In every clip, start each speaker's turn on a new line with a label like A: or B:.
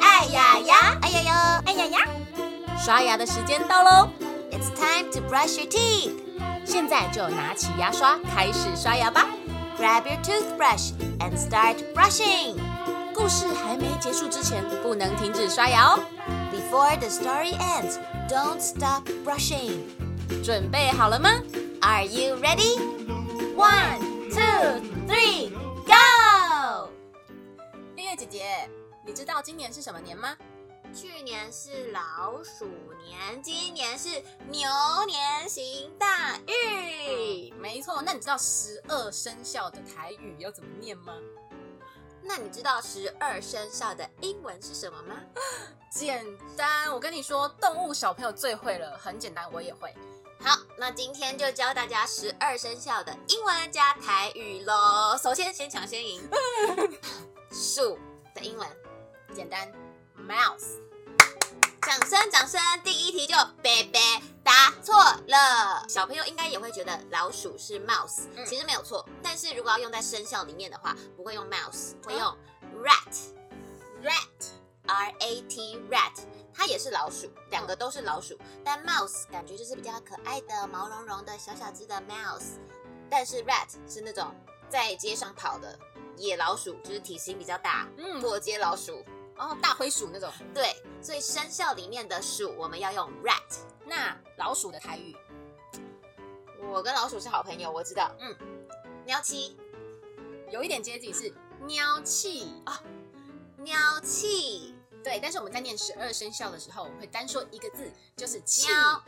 A: 哎刷牙的时间到喽！It's time to brush your teeth。现在就拿起牙刷开始刷牙吧！Grab your toothbrush and start brushing。故事还没结束之前，不能停止刷牙哦。Before the story ends, don't stop brushing。准备好了吗？Are you ready? One, two, three, go！月月姐姐，你知道今年是什么年吗？
B: 去年是老鼠年，今年是牛年行大运。
A: 对，嗯没错。那你知道十二生肖的台语要怎么念吗？
B: 那你知道十二生肖的英文是什么吗？
A: 简单，我跟你说，动物小朋友最会了，很简单，我也会。
B: 好，那今天就教大家十二生肖的英文加台语喽。首先，先抢先 赢。鼠的英文，
A: 简单，mouse。
B: 掌声掌声！第一题就贝贝答错了，小朋友应该也会觉得老鼠是 mouse，、
A: 嗯
B: 其实没有错。但是如果要用在生肖里面的话，不会用 mouse，会
A: 哦
B: 用 rat rat r a t rat，它也是老鼠，两个都是老鼠，但 mouse 感觉就是比较可爱的毛茸茸的小小只的 mouse，但是 rat 是那种在街上跑的野老鼠，就是体型比较大，
A: 嗯，
B: 过街老鼠。
A: 哦，大灰鼠那种。
B: 对，所以生肖里面的鼠我们要用 rat。
A: 那老鼠的台语，
B: 我跟老鼠是好朋友，我知道。
A: 嗯
B: 嗯，喵七，
A: 有一点接近是喵气
B: 哦
A: 啊、
B: 喵气，
A: 对。但是我们在念十二生肖的时候，我们会单说一个字，就是气，
B: 喵，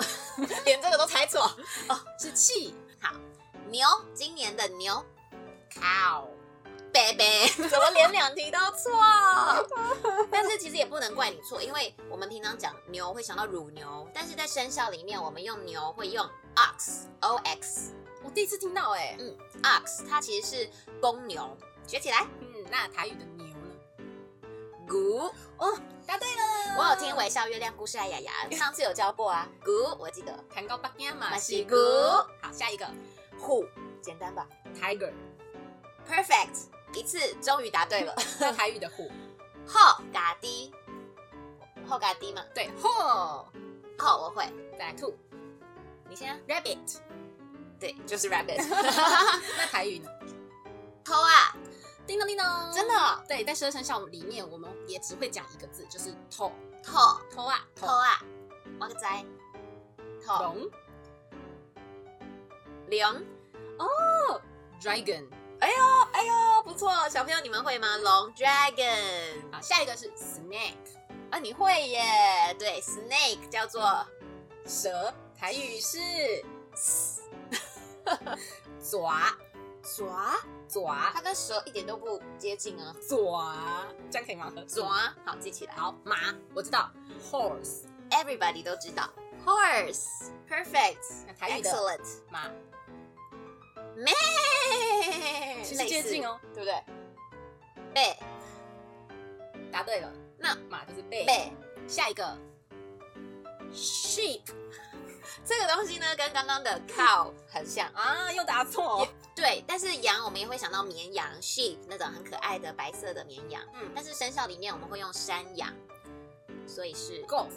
B: 连这个都猜错。哦
A: 是气
B: 牛，今年的牛，
A: cow。
B: 贝贝，怎么连两题都错？但是其实也不能怪你错，因为我们平常讲牛会想到乳牛，但是在生肖里面，我们用牛会用 ox，o x 嗯
A: 我第一次听到哎、
B: ox，它其实是公牛，学起来。
A: 嗯，那台语的牛呢？
B: 咕，
A: 哦，答对了，
B: 我有听《微笑月亮故事》啊，雅雅， 上次有教过啊。咕，我记得。
A: 弹高八呀嘛
B: 马
A: 西
B: 西
A: 姑
B: 姑。
A: 好，下一个
B: 虎，简单吧
A: tiger，
B: ？Perfect，一次终于答对 了。
A: 那台语的虎，
B: 后嘎滴，后嘎滴嘛，
A: 对，吼，
B: 后我会，
A: 再来兔
B: 你先啊。
A: rabbit，
B: 对，就是 rabbit。
A: 那台语呢？
B: 偷啊，
A: 叮咚叮咚，
B: 真的哦
A: 对，在十二生肖里面，我们也只会讲一个字，就是头
B: 偷
A: 头啊
B: 偷啊，我个仔，偷
A: 龙
B: 零。
A: dragon，
B: 哦，哎呦，不错，小朋友你们会吗？龙 dragon
A: 好，下一个是 snake
B: 啊，你会耶？对，snake 叫做
A: 蛇，台语是 爪
B: 爪，
A: 爪
B: 它跟蛇一点都不接近啊。
A: 爪，这样可以吗？爪
B: 爪，好记起来。
A: 好马，我知道 horse，
B: everybody 都知道。Horse, perfect,
A: 那台语的
B: excellent,
A: 马，
B: man，
A: 其实接近哦，
B: 类似，对不对？贝
A: 答对了，
B: 那
A: 马就是贝
B: 贝，
A: 下一个，sheep
B: 这个东西呢，跟刚刚的 cow 很像。
A: 啊，又答错。
B: 对，但是羊我们也会想到绵羊 sheep 那种很可爱的白色的绵羊，
A: 嗯
B: 但是生肖里面我们会用山羊，所以 是
A: golf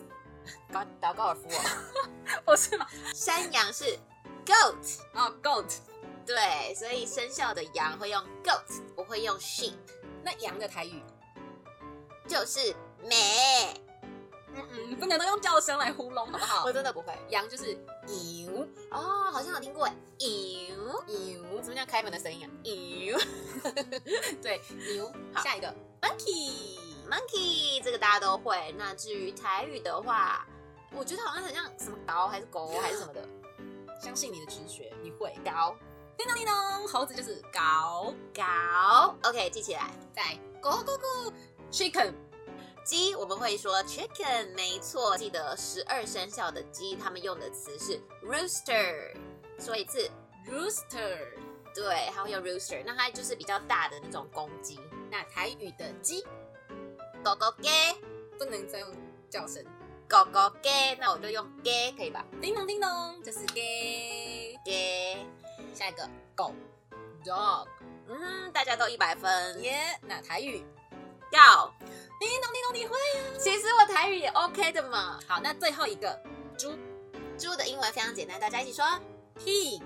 B: 高打高尔夫哦。
A: 不是吗？
B: 山羊是 goat，
A: 啊，goat。
B: 对，所以生肖的羊会用 goat，不会用 sheep，
A: 那羊的台语，
B: 就是美。
A: 嗯嗯，不能都用叫声来糊弄，好不好
B: 我？真的不会。
A: 羊就是牛
B: 哦，好像有听过哎，牛，
A: 牛，
B: 怎么叫开门的声音啊？ 牛
A: 对牛。
B: 好
A: 下一个 monkey，
B: ，monkey 这个大家都会。那至于台语的话，我觉得好像很像什么狗还是狗还是什么的
A: 相信你的直觉，你会。
B: 狗
A: 叮咚叮咚，猴子就是搞，
B: 狗。OK，记起来。
A: 在 go go go chicken。
B: 鸡我们会说 chicken，没错。记得十二生肖的鸡，他们用的词是 rooster。说一次，
A: Rooster，
B: 对，它会用 rooster，那它就是比较大的那种公鸡。
A: 那台语的鸡
B: 狗狗鸡，
A: 不能再用叫声。
B: 狗狗鸡，那我就用鸡可以吧？
A: 叮咚叮咚，就是 gay。
B: 鸡。
A: 下一个狗，dog，
B: 嗯，大家都一百分。
A: 耶。那台语
B: 告。
A: 你懂，你懂，你会。啊
B: 其实我台语也 OK 的嘛。
A: 好，那最后一个猪
B: 猪的英文非常简单，大家一起说，
A: pig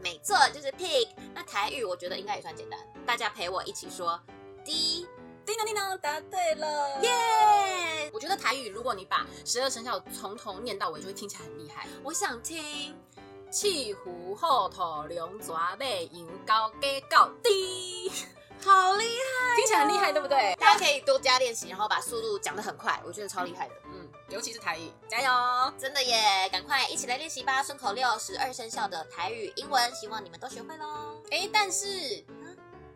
B: 没错，就是 pig。那台语我觉得应该也算简单，大家陪我一起说 d
A: 叮当叮当，答对了，
B: 耶！
A: 我觉得台语，如果你把十二生肖从头念到尾，就会听起来很厉害。
B: 我想听，
A: 气虎后头龙爪尾羊高给高低，
B: 好厉害！
A: 听起来很厉害，对不对？
B: 大家可以多加练习，然后把速度讲得很快，我觉得超厉害的。
A: 嗯，尤其是台语，加油！
B: 真的耶，赶快一起来练习吧！顺口溜、十二生肖的台语、英文，希望你们都学会喽。
A: 哎，但是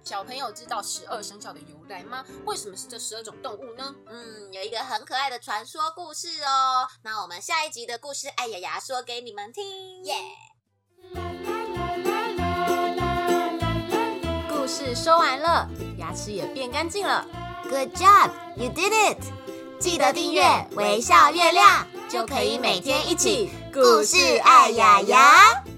A: 小朋友知道十二生肖的由来吗？为什么是这十二种动物呢？
B: 嗯，有一个很可爱的传说故事哦，那我们下一集的故事，艾雅雅说给你们听耶。
A: 故事说完了，牙齿也变干净了。
B: Good job, you did it！记得订阅哎《微笑月亮》，就可以每天一起故事爱雅雅。哎